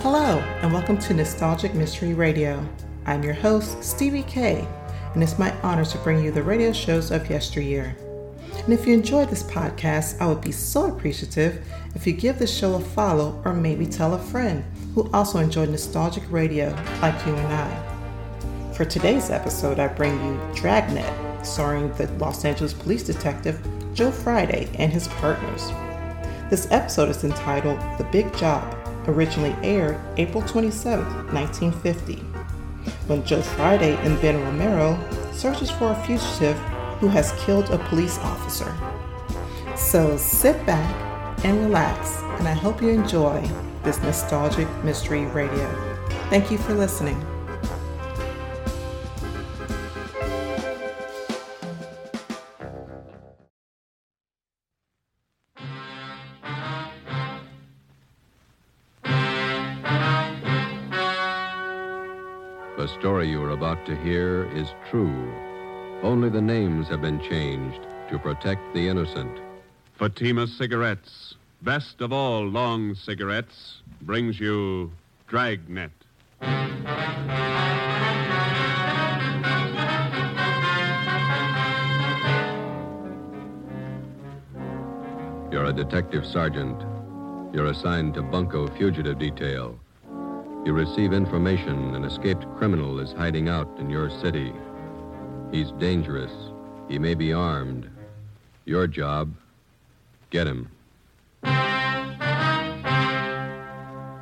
Hello, and welcome to Nostalgic Mystery Radio. I'm your host, Stevie K, and it's my honor to bring you the radio shows of yesteryear. And if you enjoyed this podcast, I would be so appreciative if you give this show a follow or maybe tell a friend who also enjoyed nostalgic radio like you and I. For today's episode, I bring you Dragnet, starring the Los Angeles police detective Joe Friday and his partners. This episode is entitled The Big Job, originally aired April 27, 1950, when Joe Friday and Ben Romero searches for a fugitive who has killed a police officer. So sit back and relax, and I hope you enjoy this nostalgic mystery radio. Thank you for listening. The story you are about to hear is true. Only the names have been changed to protect the innocent. Fatima Cigarettes, best of all long cigarettes, brings you Dragnet. You're a detective sergeant. You're assigned to Bunko Fugitive Detail. You receive information an escaped criminal is hiding out in your city. He's dangerous. He may be armed. Your job, get him.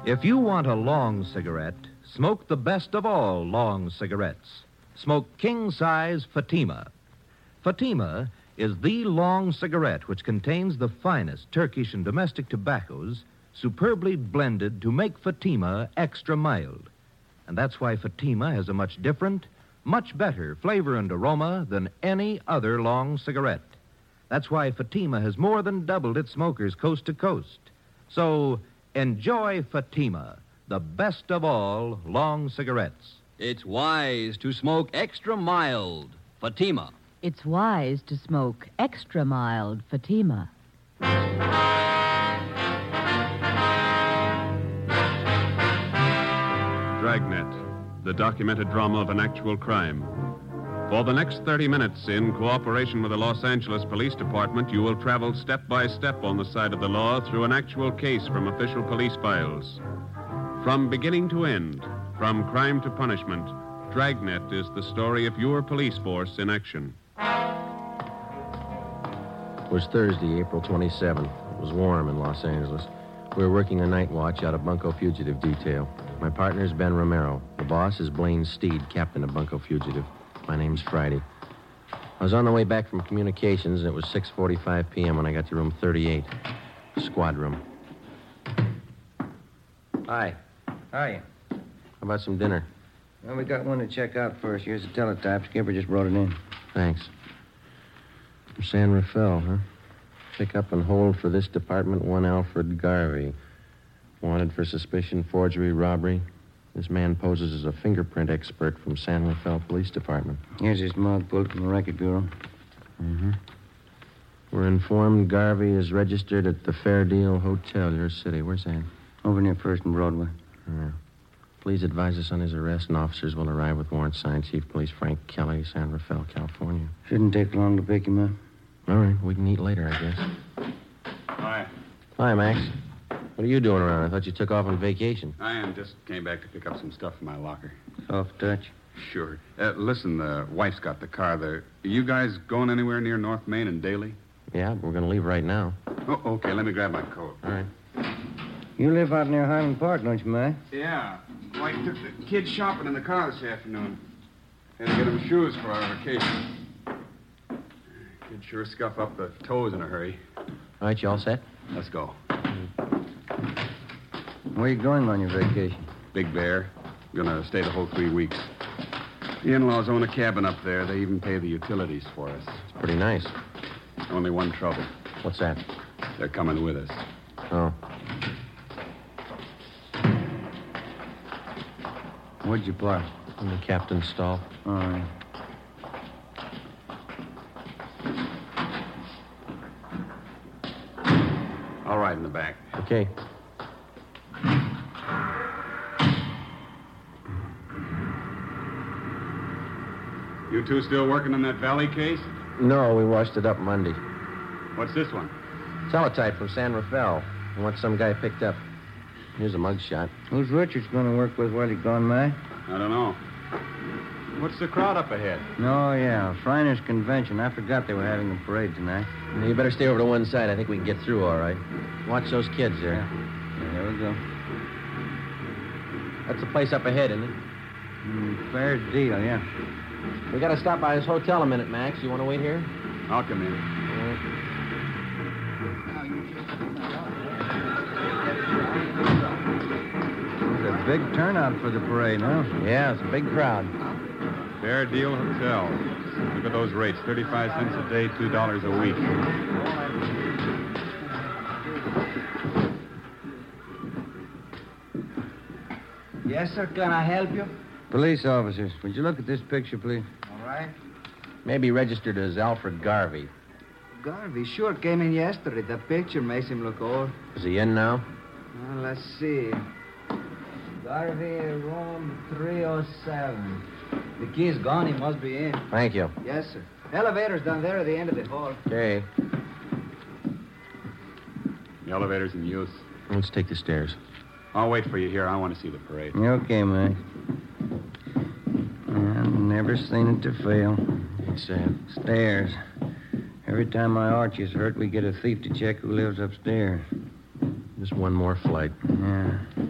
If you want a long cigarette, smoke the best of all long cigarettes. Smoke king size Fatima. Fatima is the long cigarette which contains the finest Turkish and domestic tobaccos superbly blended to make Fatima extra mild. And that's why Fatima has a much different, much better flavor and aroma than any other long cigarette. That's why Fatima has more than doubled its smokers coast to coast. So enjoy Fatima, the best of all long cigarettes. It's wise to smoke extra mild, Fatima. It's wise to smoke extra mild Fatima. Dragnet, the documented drama of an actual crime. For the next 30 minutes, in cooperation with the Los Angeles Police Department, you will travel step by step on the side of the law through an actual case from official police files. From beginning to end, from crime to punishment, Dragnet is the story of your police force in action. It was Thursday, April 27th. It was warm in Los Angeles. We were working a night watch out of Bunko Fugitive Detail. My partner's Ben Romero. The boss is Blaine Steed, captain of Bunko Fugitive. My name's Friday. I was on the way back from communications, and it was 6.45 p.m. when I got to room 38, squad room. Hi. How are you? How about some dinner? Well, we got one to check out first. Here's the teletype. Skipper just brought it in. Thanks. From San Rafael, huh? Pick up and hold for this department one Alfred Garvey. Wanted for suspicion, forgery, robbery. This man poses as a fingerprint expert from San Rafael Police Department. Here's his mug pulled from the record bureau. Mm-hmm. We're informed Garvey is registered at the Fair Deal Hotel, your city. Where's that? Over near First and Broadway. Yeah. Please advise us on his arrest, and officers will arrive with warrant signed Chief Police Frank Kelly, San Rafael, California. Shouldn't take long to pick him up. All right, we can eat later, I guess. Hi. Hi, Max. What are you doing around? I thought you took off on vacation. I am. Just came back to pick up some stuff from my locker. Soft touch. Sure. Uh, listen, the wife's got the car there. Are you guys going anywhere near North Main and Daly? Yeah, we're going to leave right now. Oh, okay. Let me grab my coat. All right. You live out near Highland Park, don't you, Mike? Yeah. Well, I took the kids shopping in the car this afternoon. Had to get them shoes for our vacation. Could sure scuff up the toes in a hurry. All right, you all set? Let's go. Where you going on your vacation? Big Bear. Gonna stay the whole three weeks. The in-laws own a cabin up there. They even pay the utilities for us. It's pretty nice. Only one trouble. What's that? They're coming with us. Oh. Where'd you park? In the captain's stall. All right. All right, in the back. Okay. You two still working on that Valley case? No, we washed it up Monday. What's this one? Teletype from San Rafael. What some guy picked up. Here's a mugshot. Who's Richards going to work with while you're gone, May? I don't know. What's the crowd up ahead? Oh, yeah. Shriners Convention. I forgot they were having a parade tonight. You better stay over to one side. I think we can get through all right. Watch those kids there. Yeah, there we go. That's the place up ahead, isn't it? Mm, fair deal, yeah. We gotta stop by his hotel a minute, Max. You wanna wait here? I'll come in. It's a big turnout for the parade, huh? Yeah, it's a big crowd. Fair deal hotel. Look at those rates. Thirty-five cents a day, two dollars a week. Yes, sir. Can I help you? Police officers, would you look at this picture, please? All right. Maybe registered as Alfred Garvey. Garvey sure came in yesterday. The picture makes him look old. Is he in now? Well, let's see. Garvey, room 307. The key's gone. He must be in. Thank you. Yes, sir. Elevator's down there at the end of the hall. Okay. The elevator's in use. Let's take the stairs. I'll wait for you here. I want to see the parade. You okay, Mac? I've never seen it to fail. It's sad. Stairs. Every time my arch is hurt, we get a thief to check who lives upstairs. Just one more flight. Yeah. Uh,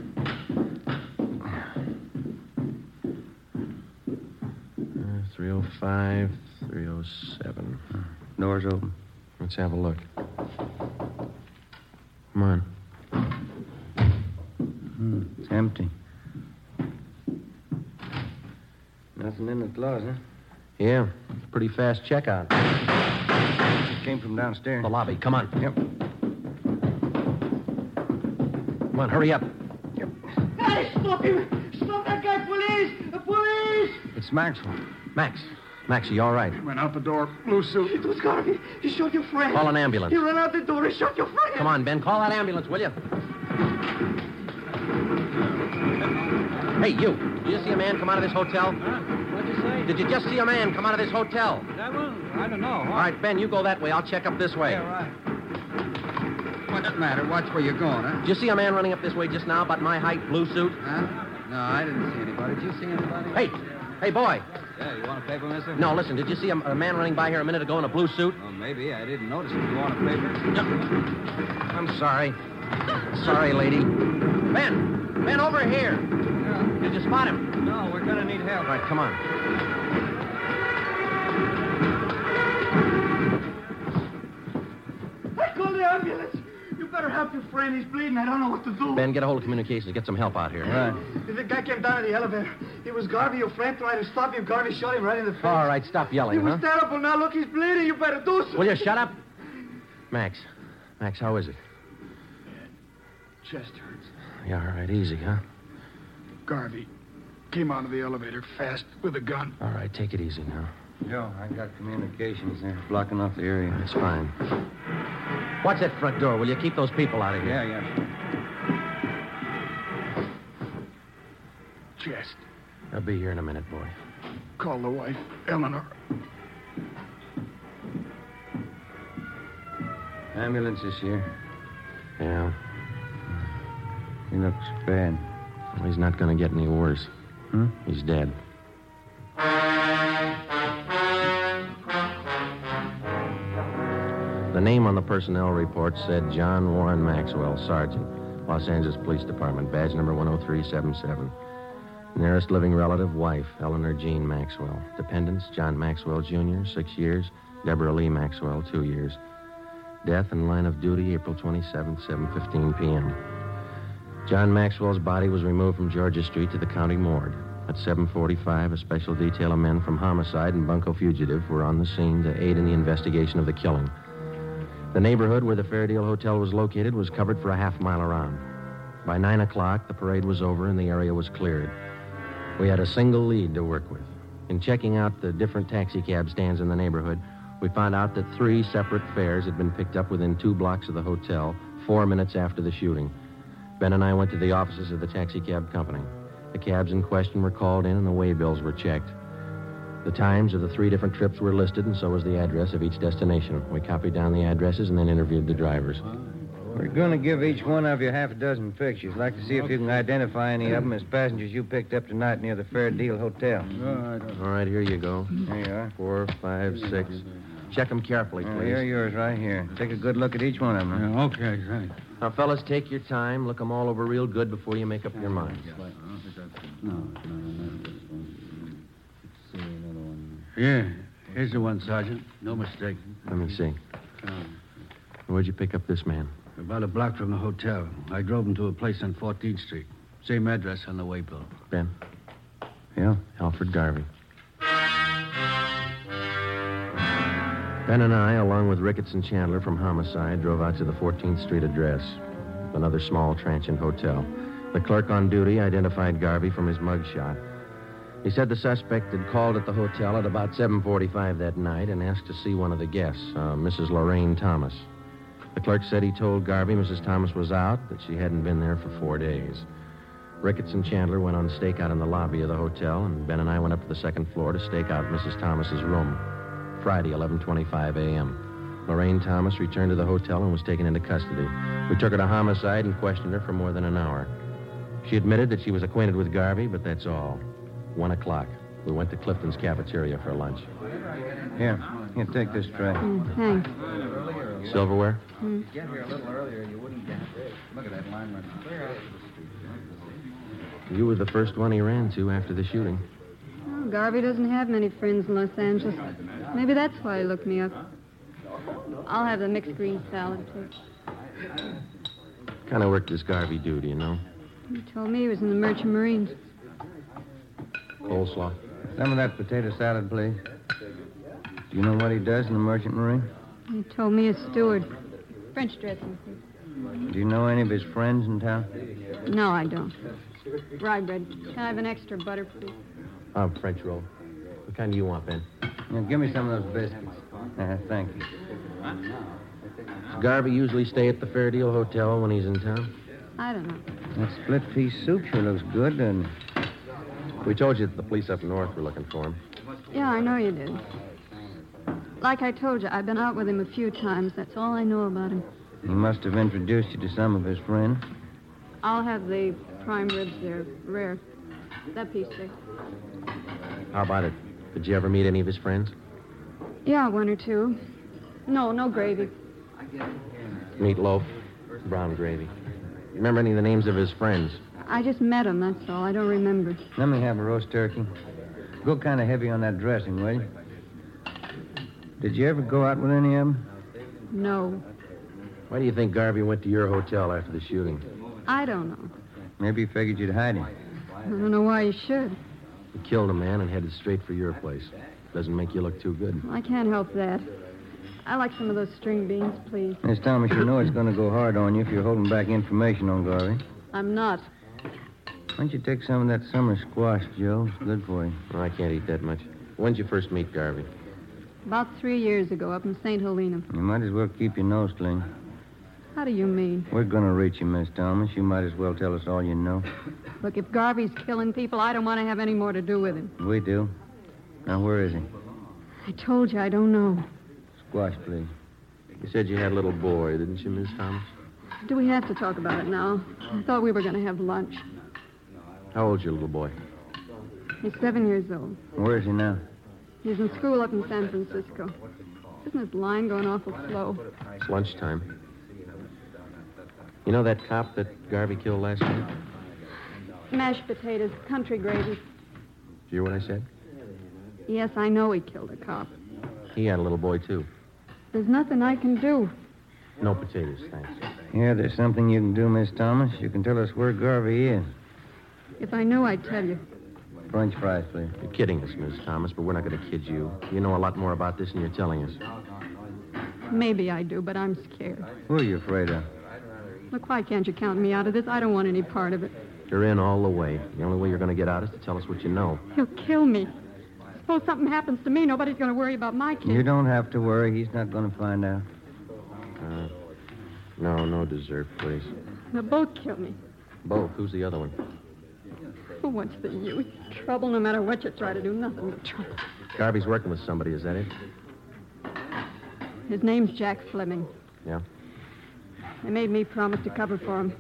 305, 307. Door's open. Let's have a look. Come on. Hmm, it's empty. Nothing in the closet. Yeah, pretty fast checkout. It came from downstairs. The lobby. Come on. Yep. Come on, hurry up. Guys, stop him! Stop that guy, police! Police! It's Maxwell. Max. Max, are you all right? Went out the door, blue suit. It was Garvey. He shot your friend. Call an ambulance. He ran out the door. He shot your friend. Come on, Ben. Call that ambulance, will you? Hey, you. Did you just see a man come out of this hotel? What'd you say? Did you just see a man come out of this hotel? That one? I don't know. All right, Ben, you go that way. I'll check up this way. right. What's the matter? Watch where you're going, huh? Did you see a man running up this way just now, about my height, blue suit? Huh? No, I didn't see anybody. Did you see anybody? Hey, hey, boy. Yeah, you want a paper, mister? No, listen. Did you see a, a man running by here a minute ago in a blue suit? Well, maybe. I didn't notice it. You want a paper? I'm sorry. Sorry, lady. Ben! Ben, over here! Did you spot him? No, we're going to need help. All right, come on. I called the ambulance. You better help your friend. He's bleeding. I don't know what to do. Ben, get a hold of communications. Get some help out here. Right. The guy came down in the elevator. It was Garvey, your friend, trying to stop you. Garvey shot him right in the face. All right, stop It yelling, huh? was terrible. Now look, he's bleeding. You better do something. Will you shut up? Max. Max, how is it? Chest hurts. Yeah, all right, easy, huh? Garvey came out of the elevator fast with a gun. All right, take it easy now. Joe, I got communications there blocking off the area. It's fine. Watch that front door, will you? Keep those people out of here. Yeah, yeah. Chest. I'll be here in a minute, boy. Call the wife, Eleanor. Ambulance is here. Yeah. He looks bad. Well, he's not going to get any worse. Hmm? He's dead. The name on the personnel report said John Warren Maxwell, Sergeant, Los Angeles Police Department, badge number 10377. Nearest living relative, wife, Eleanor Jean Maxwell. Dependents, John Maxwell, Jr., six years. Deborah Lee Maxwell, two years. Death in line of duty, April 27, 7.15 p.m. John Maxwell's body was removed from Georgia Street to the county morgue. At 7:45, a special detail of men from homicide and Bunco fugitive were on the scene to aid in the investigation of the killing. The neighborhood where the Fairdeal Hotel was located was covered for a half mile around. By nine o'clock, the parade was over and the area was cleared. We had a single lead to work with. In checking out the different taxicab stands in the neighborhood, we found out that three separate fares had been picked up within two blocks of the hotel, four minutes after the shooting. Ben and I went to the offices of the taxicab company. The cabs in question were called in and the way bills were checked. The times of the three different trips were listed, and so was the address of each destination. We copied down the addresses and then interviewed the drivers. We're going to give each one of you half a dozen pictures. Like to see if you can identify any of them as passengers you picked up tonight near the Fair Deal Hotel. All right, here you go. There you are. Four, five, six. Check them carefully, Now, please. Oh, here are yours right here. Take a good look at each one of them. okay, great. Now, fellas, take your time. Look them all over real good before you make up your mind. Yeah, here's the one, Sergeant. No mistake. Let me see. Where'd you pick up this man? About a block from the hotel. I drove him to a place on 14th Street. Same address on the way, Bill. Ben. Yeah? Alfred Garvey. Ben and I, along with Ricketts and Chandler from Homicide, drove out to the 14th Street address, another small transient hotel. The clerk on duty identified Garvey from his mugshot. He said the suspect had called at the hotel at about 7:45 that night and asked to see one of the guests, uh, Mrs. Lorraine Thomas. The clerk said he told Garvey Mrs. Thomas was out, that she hadn't been there for four days. Ricketts and Chandler went on stakeout in the lobby of the hotel, and Ben and I went up to the second floor to stake out Mrs. Thomas's room. Friday, 11:25 a.m. Lorraine Thomas returned to the hotel and was taken into custody. We took her to homicide and questioned her for more than an hour. She admitted that she was acquainted with Garvey, but that's all. One o'clock. We went to Clifton's cafeteria for lunch. Here, here, take this tray. Thanks. Silverware? Hmm. Get here a little earlier, you wouldn't get this. Look at that lineman. Clear out. You were the first one he ran to after the shooting. Oh, Garvey doesn't have many friends in Los Angeles. Maybe that's why he looked me up. I'll have the mixed green salad, please. Kind of worked his Garvey duty, you know. He told me he was in the Merchant Marines. Coleslaw. Some of that potato salad, please. Do you know what he does in the Merchant Marine? He told me a steward. French dressing, please. Do you know any of his friends in town? No, I don't. Rye bread. Can I have an extra butter, please? Uh, French roll. What kind do you want, Ben? Now, give me some of those biscuits. Uh, thank you. Does Garvey usually stay at the Fair Deal Hotel when he's in town? I don't know. That split pea soup sure looks good, doesn't it? We told you that the police up north were looking for him. Yeah, I know you did. Like I told you, I've been out with him a few times. That's all I know about him. He must have introduced you to some of his friends. I'll have the prime ribs there, rare. That piece there. How about it? Did you ever meet any of his friends? Yeah, one or two. No, no gravy. Meatloaf, brown gravy. Remember any of the names of his friends? I just met him, that's all. I don't remember. Let me have a roast turkey. Go kind of heavy on that dressing, will you? Did you ever go out with any of them? No, Why do you think Garvey went to your hotel after the shooting? I don't know. Maybe he figured you'd hide him. I don't know why you should. He killed a man and headed straight for your place. Doesn't make you look too good. I can't help that. I like some of those string beans, please. Miss Thomas, you know it's going to go hard on you if you're holding back information on Garvey. I'm not. Why don't you take some of that summer squash, Joe? It's good for you. Well, I can't eat that much. When'd you first meet Garvey? About three years ago, up in St. Helena. You might as well keep your nose clean. How do you mean? We're going to reach you, Miss Thomas. You might as well tell us all you know. Look, if Garvey's killing people, I don't want to have any more to do with him. We do. Now, where is he? I told you, I don't know. Squash, please. You said you had a little boy, didn't you, Miss Thomas? Do we have to talk about it now? I thought we were going to have lunch. How old's your little boy? He's seven years old. Where is he now? He's in school up in San Francisco. Isn't his line going awful slow? It's lunchtime. You know that cop that Garvey killed last night? Mashed potatoes, country gravy. Did you hear what I said? Yes, I know he killed a cop. He had a little boy, too. There's nothing I can do. No potatoes, thanks. Yeah, there's something you can do, Miss Thomas. You can tell us where Garvey is. If I knew, I'd tell you. French fries, please. You're kidding us, Miss Thomas, but we're not going to kid you. You know a lot more about this than you're telling us. Maybe I do, but I'm scared. Who are you afraid of? Look, why can't you count me out of this? I don't want any part of it. You're in all the way. The only way you're going to get out is to tell us what you know. He'll kill me. Suppose something happens to me, nobody's going to worry about my kid. You don't have to worry. He's not going to find out. Uh, no, no dessert, please. They'll both kill me. Both. Who's the other one? Oh, what's the use? Trouble, no matter what you try to do, nothing but trouble. Garvey's working with somebody, is that it? His name's Jack Fleming. Yeah. They made me promise to cover for him.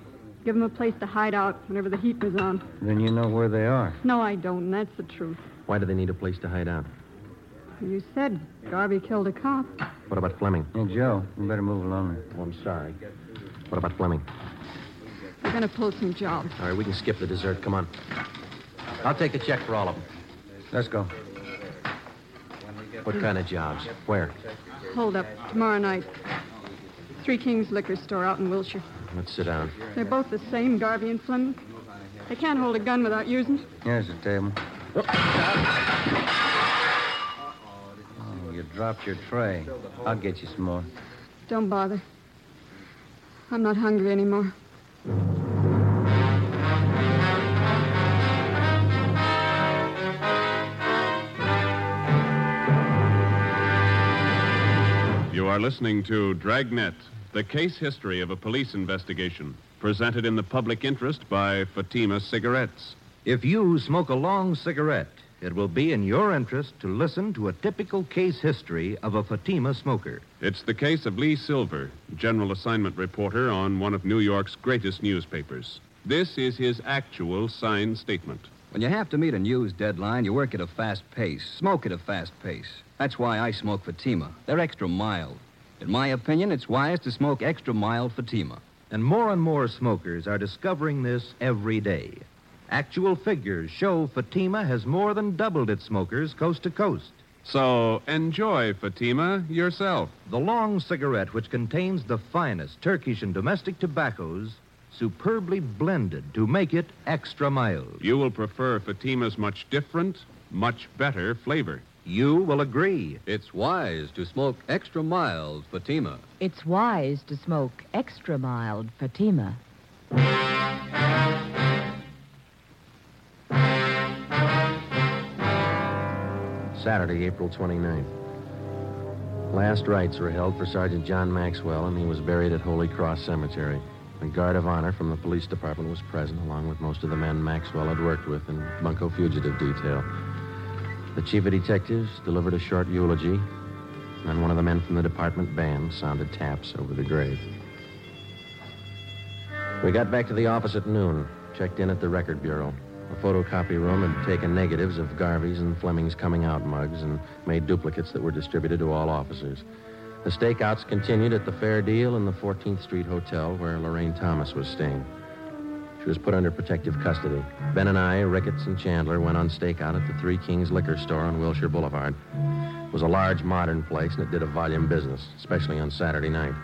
Give him a place to hide out whenever the heat was on. Then you know where they are. No, I don't, and that's the truth. Why do they need a place to hide out? You said Garvey killed a cop. What about Fleming? Hey, Joe, you better move along. Oh, I'm sorry. What about Fleming? We're going to pull some jobs. All right, we can skip the dessert. Come on. I'll take a check for all of them. Let's go. What kind of jobs? Where? Hold up. Tomorrow night. Three Kings Liquor Store out in Wilshire. Let's sit down. They're both the same, Garvey and Fleming. They can't hold a gun without using it. Here's the table. Oh, you dropped your tray. I'll get you some more. Don't bother. I'm not hungry anymore. You are listening to Dragnet, the case history of a police investigation, presented in the public interest by Fatima Cigarettes. If you smoke a long cigarette, it will be in your interest to listen to a typical case history of a Fatima smoker. It's the case of Lee Silver, general assignment reporter on one of New York's greatest newspapers. This is his actual signed statement. When you have to meet a news deadline, you work at a fast pace, smoke at a fast pace. That's why I smoke Fatima. They're extra mild. In my opinion, it's wise to smoke extra mild Fatima. And more and more smokers are discovering this every day. Actual figures show Fatima has more than doubled its smokers coast to coast. So enjoy Fatima yourself. The long cigarette, which contains the finest Turkish and domestic tobaccos, superbly blended to make it extra mild. You will prefer Fatima's much different, much better flavor. You will agree. It's wise to smoke extra mild Fatima. It's wise to smoke extra mild Fatima. Saturday, April 29th. Last rites were held for Sergeant John Maxwell, and he was buried at Holy Cross Cemetery. A guard of honor from the police department was present, along with most of the men Maxwell had worked with in Bunko Fugitive Detail. The chief of detectives delivered a short eulogy, and then one of the men from the department band sounded taps over the grave. We got back to the office at noon, checked in at the record bureau. A photocopy room had taken negatives of Garvey's and Fleming's coming out mugs and made duplicates that were distributed to all officers. The stakeouts continued at the Fair Deal and the 14th Street Hotel where Lorraine Thomas was staying. She was put under protective custody. Ben and I, Ricketts and Chandler, went on stakeout at the Three Kings Liquor Store on Wilshire Boulevard. It was a large, modern place, and it did a volume business, especially on Saturday night.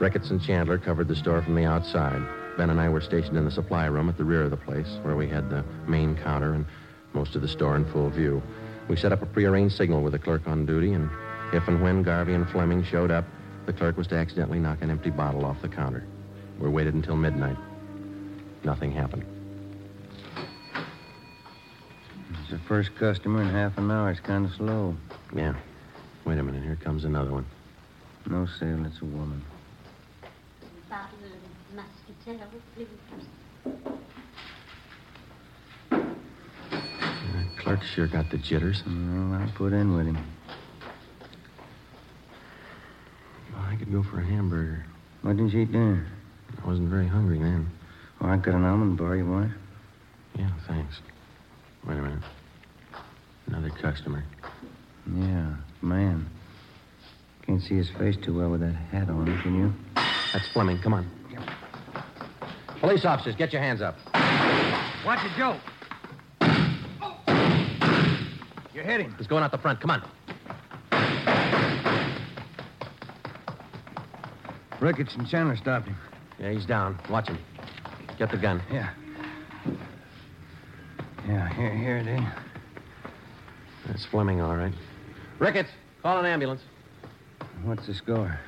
Ricketts and Chandler covered the store from the outside. Ben and I were stationed in the supply room at the rear of the place, where we had the main counter and most of the store in full view. We set up a prearranged signal with the clerk on duty, and if and when Garvey and Fleming showed up, the clerk was to accidentally knock an empty bottle off the counter. We waited until midnight. Nothing happened. It's the first customer in half an hour. It's kind of slow. Yeah. Wait a minute. Here comes another one. No sale. It's a woman. That clerk sure got the jitters. Well, I'll put in with him. Well, I could go for a hamburger. Why didn't you eat dinner? I wasn't very hungry then. Oh, I got an almond bar. You want it? Yeah, thanks. Wait a minute. Another customer. Yeah, man. Can't see his face too well with that hat on, can you? That's Fleming. Come on. Police officers, get your hands up. Watch it, Joe. You hit him. He's going out the front. Come on. Ricketts and Chandler stopped him. Yeah, he's down. Watch him. Get the gun. Yeah. Yeah, here, here it is. That's Fleming, all right. Ricketts, call an ambulance. What's the score?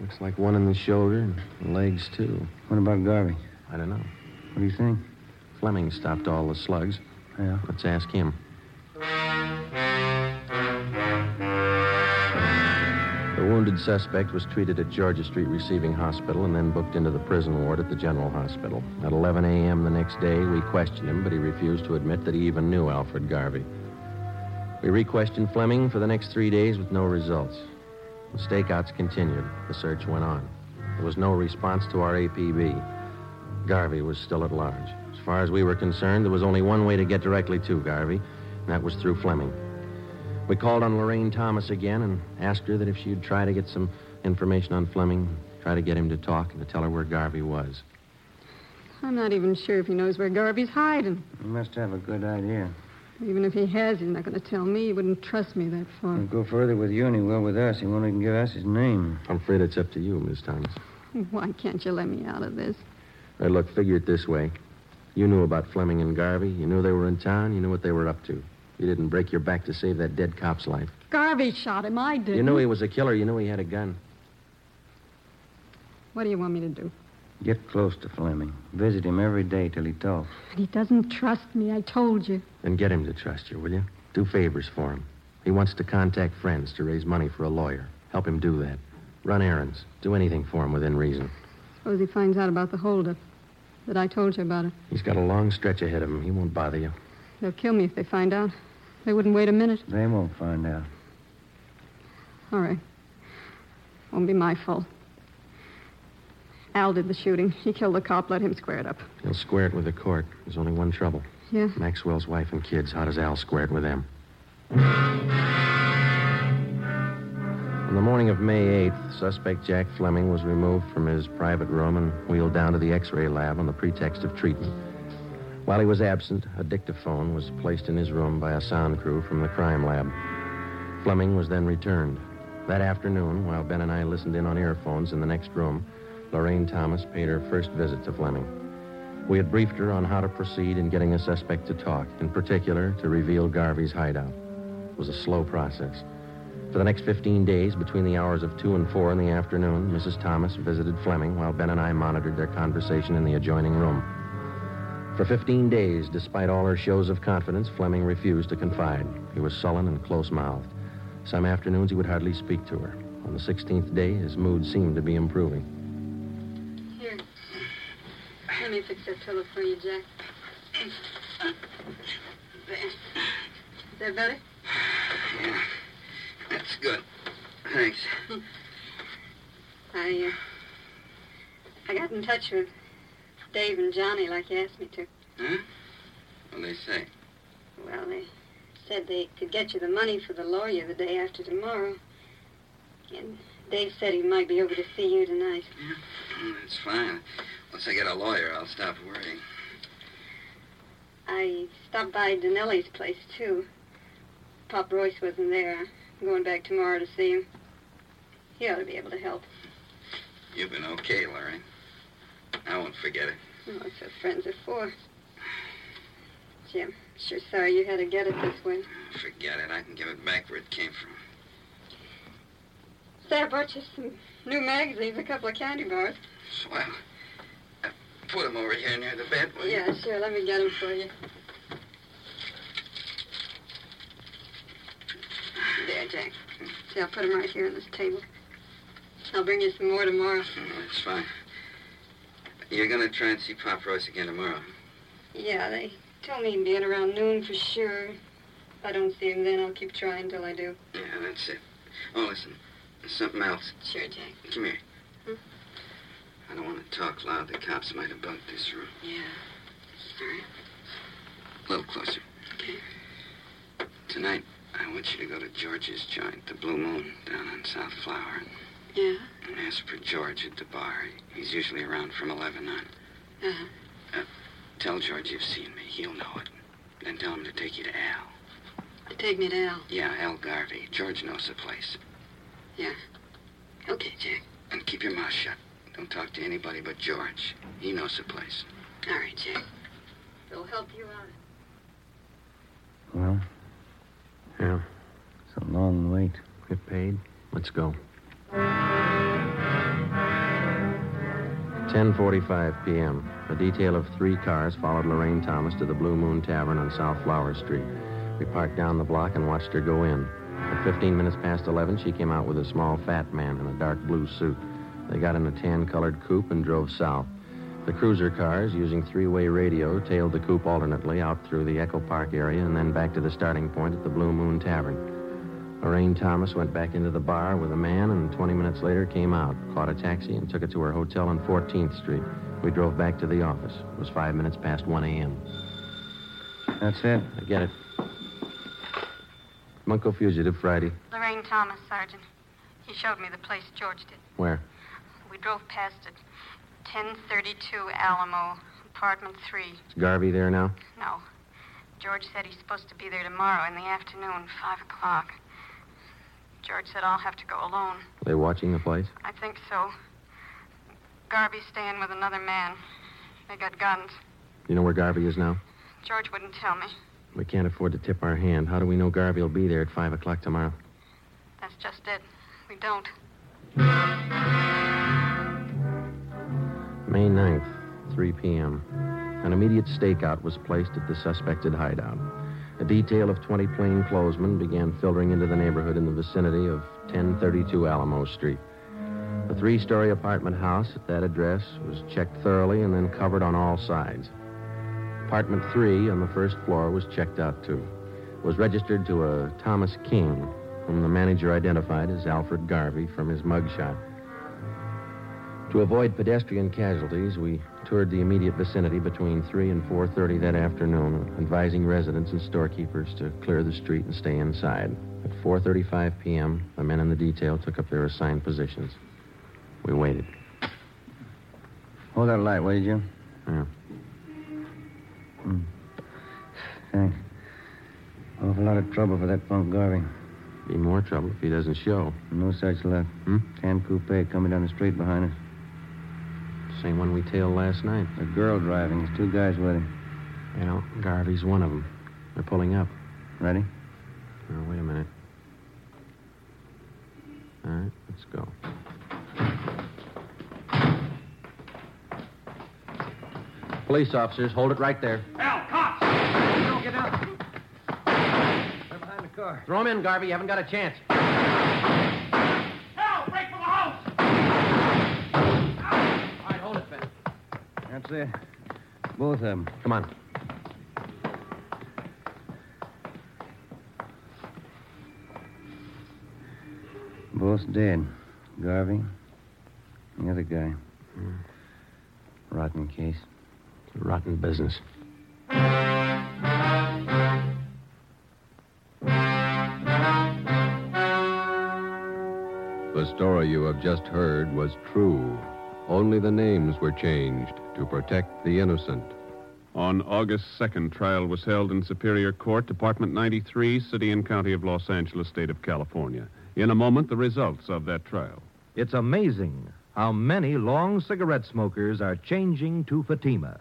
Looks like one in the shoulder and legs, too. What about Garvey? I don't know. What do you think? Fleming stopped all the slugs. Yeah. Let's ask him. The wounded suspect was treated at Georgia Street Receiving Hospital and then booked into the prison ward at the General Hospital. At 11 a.m. the next day, we questioned him, but he refused to admit that he even knew Alfred Garvey. We re-questioned Fleming for the next three days with no results. The stakeouts continued. The search went on. There was no response to our APB. Garvey was still at large. As far as we were concerned, there was only one way to get directly to Garvey, and that was through Fleming. We called on Lorraine Thomas again and asked her that if she'd try to get some information on Fleming, try to get him to talk and to tell her where Garvey was. I'm not even sure if he knows where Garvey's hiding. You must have a good idea. Even if he has, he's not going to tell me. He wouldn't trust me that far. He'll go further with you than he will with us. He won't even give us his name. I'm afraid it's up to you, Miss Thomas. Why can't you let me out of this? Hey, look, figure it this way. You knew about Fleming and Garvey. You knew they were in town. You knew what they were up to. You didn't break your back to save that dead cop's life. Garvey shot him. I did. You knew he was a killer. You knew he had a gun. What do you want me to do? Get close to Fleming. Visit him every day till he talks. But he doesn't trust me. I told you. Then get him to trust you, will you? Do favors for him. He wants to contact friends to raise money for a lawyer. Help him do that. Run errands. Do anything for him within reason. Suppose he finds out about the holdup. That I told you about it. He's got a long stretch ahead of him. He won't bother you. They'll kill me if they find out. They wouldn't wait a minute. They won't find out. All right. Won't be my fault. Al did the shooting. He killed the cop. Let him square it up. He'll square it with the court. There's only one trouble. Yeah? Maxwell's wife and kids. How does Al square it with them? On the morning of May 8th, suspect Jack Fleming was removed from his private room and wheeled down to the x ray lab on the pretext of treatment. While he was absent, a dictaphone was placed in his room by a sound crew from the crime lab. Fleming was then returned. That afternoon, while Ben and I listened in on earphones in the next room, Lorraine Thomas paid her first visit to Fleming. We had briefed her on how to proceed in getting a suspect to talk, in particular, to reveal Garvey's hideout. It was a slow process. For the next 15 days, between the hours of 2 and 4 in the afternoon, Mrs. Thomas visited Fleming while Ben and I monitored their conversation in the adjoining room. For 15 days, despite all her shows of confidence, Fleming refused to confide. He was sullen and close mouthed. Some afternoons, he would hardly speak to her. On the 16th day, his mood seemed to be improving. Here. Let me fix that pillow for you, Jack. There. Is that better? That's good. Thanks. I, uh, I got in touch with Dave and Johnny like you asked me to. Huh? What they say? Well, they said they could get you the money for the lawyer the day after tomorrow. And Dave said he might be over to see you tonight. Mm, It's fine. Once I get a lawyer, I'll stop worrying. I stopped by Danelli's place, too. Pop Royce wasn't there. I'm going back tomorrow to see him. He ought to be able to help. You've been okay, Larry. I won't forget it. Oh, that's what friends are for. Jim, sure sorry you had to get it this way. Forget it. I can give it back where it came from. Say, I brought you some new magazines, a couple of candy bars. Swell. Uh, Put him over here near the bed, will you? Yeah, sure. Let me get them for you. There, Jack. See, I'll put them right here on this table. I'll bring you some more tomorrow. Mm, It's fine. You're going to try and see Pop Royce again tomorrow. Yeah, they told me he'd be in around noon for sure. If I don't see him then, I'll keep trying till I do. Yeah, that's it. Oh, listen. There's something else. Sure, Jack. Come here. Hmm? I don't want to talk loud. The cops might have bugged this room. Yeah. A little closer. Tonight, I want you to go to George's joint, the Blue Moon, down on South Flower, Yeah. and ask for George at the bar. He's usually around from 11 on. Uh, Uh-huh. Tell George you've seen me. He'll know it. Then tell him to take you to Al. Take me to Al. Yeah, Al Garvey. George knows the place. Yeah. Okay, Jack. And keep your mouth shut. Don't talk to anybody but George. He knows the place. All right, Jack. It'll help you out. Well, Yeah. it's a long wait. Get paid. Let's go. 10:45 p.m. A detail of three cars followed Lorraine Thomas to the Blue Moon Tavern on South Flower Street. We parked down the block and watched her go in. At 15 minutes past 11, she came out with a small fat man in a dark blue suit. They got in a tan-colored coupe and drove south. The cruiser cars, using three way radio, tailed the coupe alternately out through the Echo Park area and then back to the starting point at the Blue Moon Tavern. Lorraine Thomas went back into the bar with a man and 20 minutes later came out, caught a taxi, and took it to her hotel on 14th Street. We drove back to the office. It was five minutes past 1 a.m. That's it. I get it. Bunko Fugitive, Friday. Lorraine Thomas, Sergeant. He showed me the place George did. Where? We drove past it. 1032 Alamo, apartment 3. Is Garvey there now? No. George said he's supposed to be there tomorrow in the afternoon, 5 o'clock. George said I'll have to go alone. Are they watching the place? I think so. Garby's staying with another man. They got guns. You know where Garvey is now? George wouldn't tell me. We can't afford to tip our hand. How do we know Garvey will be there at 5 o'clock tomorrow? That's just it. We don't. May 9th, 3 p.m. An immediate stakeout was placed at the suspected hideout. A detail of 20 plainclothesmen began filtering into the neighborhood in the vicinity of 1032 Alamo Street. The three story apartment house at that address was checked thoroughly and then covered on all sides. Apartment 3 on the first floor was checked out too. It was registered to a Thomas King, whom the manager identified as Alfred Garvey from his mugshot. To avoid pedestrian casualties, we toured the immediate vicinity between 3 and 4:30 that afternoon, advising residents and storekeepers to clear the street and stay inside. At 4:35 p.m., the men in the detail took up their assigned positions. We waited. Hold that light, will you, Jim? Yeah. Mm. Thanks. Awful lot of trouble for that punk Garvey. Be more trouble if he doesn't show. No such luck. Hmm? Tan coupe coming down the street behind us. Same one we tailed last night. A girl driving. There's two guys with him. You know, Garvey's one of them. They're pulling up. Ready? Now, Oh, wait a minute. All right, let's go. Police officers, hold it right there. Al, cops! Don't get out. They're behind the car. Throw him in, Garvey. You haven't got a chance. Al, break for the house! All right, hold it, Ben. That's it. Both of them. Come on. Both dead. Garvey. and The other guy. Hmm. Rotten case. Rotten business. The story you have just heard was true. Only the names were changed to protect the innocent. On August 2nd, trial was held in Superior Court, Department 93, City and County of Los Angeles, State of California. In a moment, the results of that trial. It's amazing how many long cigarette smokers are changing to Fatima.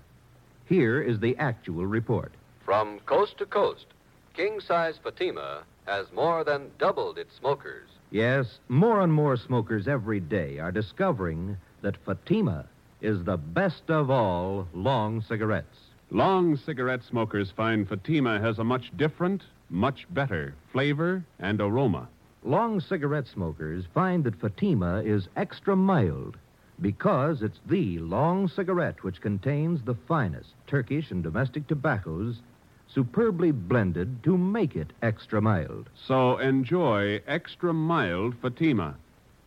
Here is the actual report. From coast to coast, king size Fatima has more than doubled its smokers. Yes, more and more smokers every day are discovering that Fatima is the best of all long cigarettes. Long cigarette smokers find Fatima has a much different, much better flavor and aroma. Long cigarette smokers find that Fatima is extra mild because it's the long cigarette which contains the finest Turkish and domestic tobaccos superbly blended to make it extra mild. So enjoy extra mild Fatima.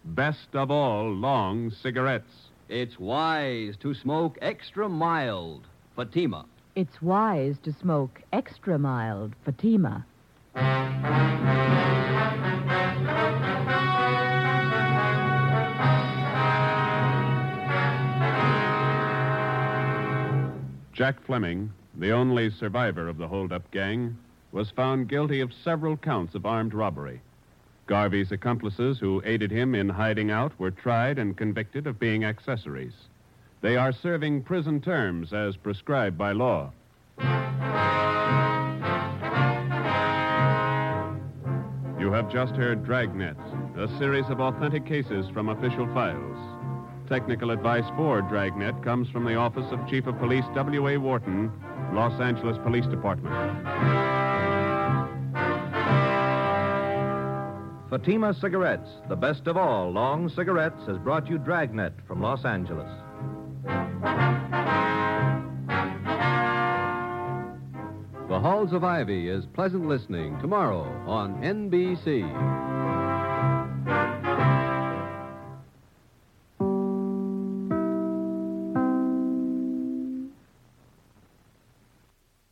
Best of all long cigarettes. It's wise to smoke extra mild Fatima. It's wise to smoke extra mild Fatima. Jack Fleming, the only survivor of the holdup gang, was found guilty of several counts of armed robbery. Garvey's accomplices who aided him in hiding out were tried and convicted of being accessories. They are serving prison terms as prescribed by law. You have just heard Dragnet, a series of authentic cases from official files. Technical advice for Dragnet comes from the Office of Chief of Police W.A. Wharton, Los Angeles Police Department. Fatima Cigarettes, the best of all long cigarettes, has brought you Dragnet from Los Angeles. The Halls of Ivy is pleasant listening tomorrow on NBC.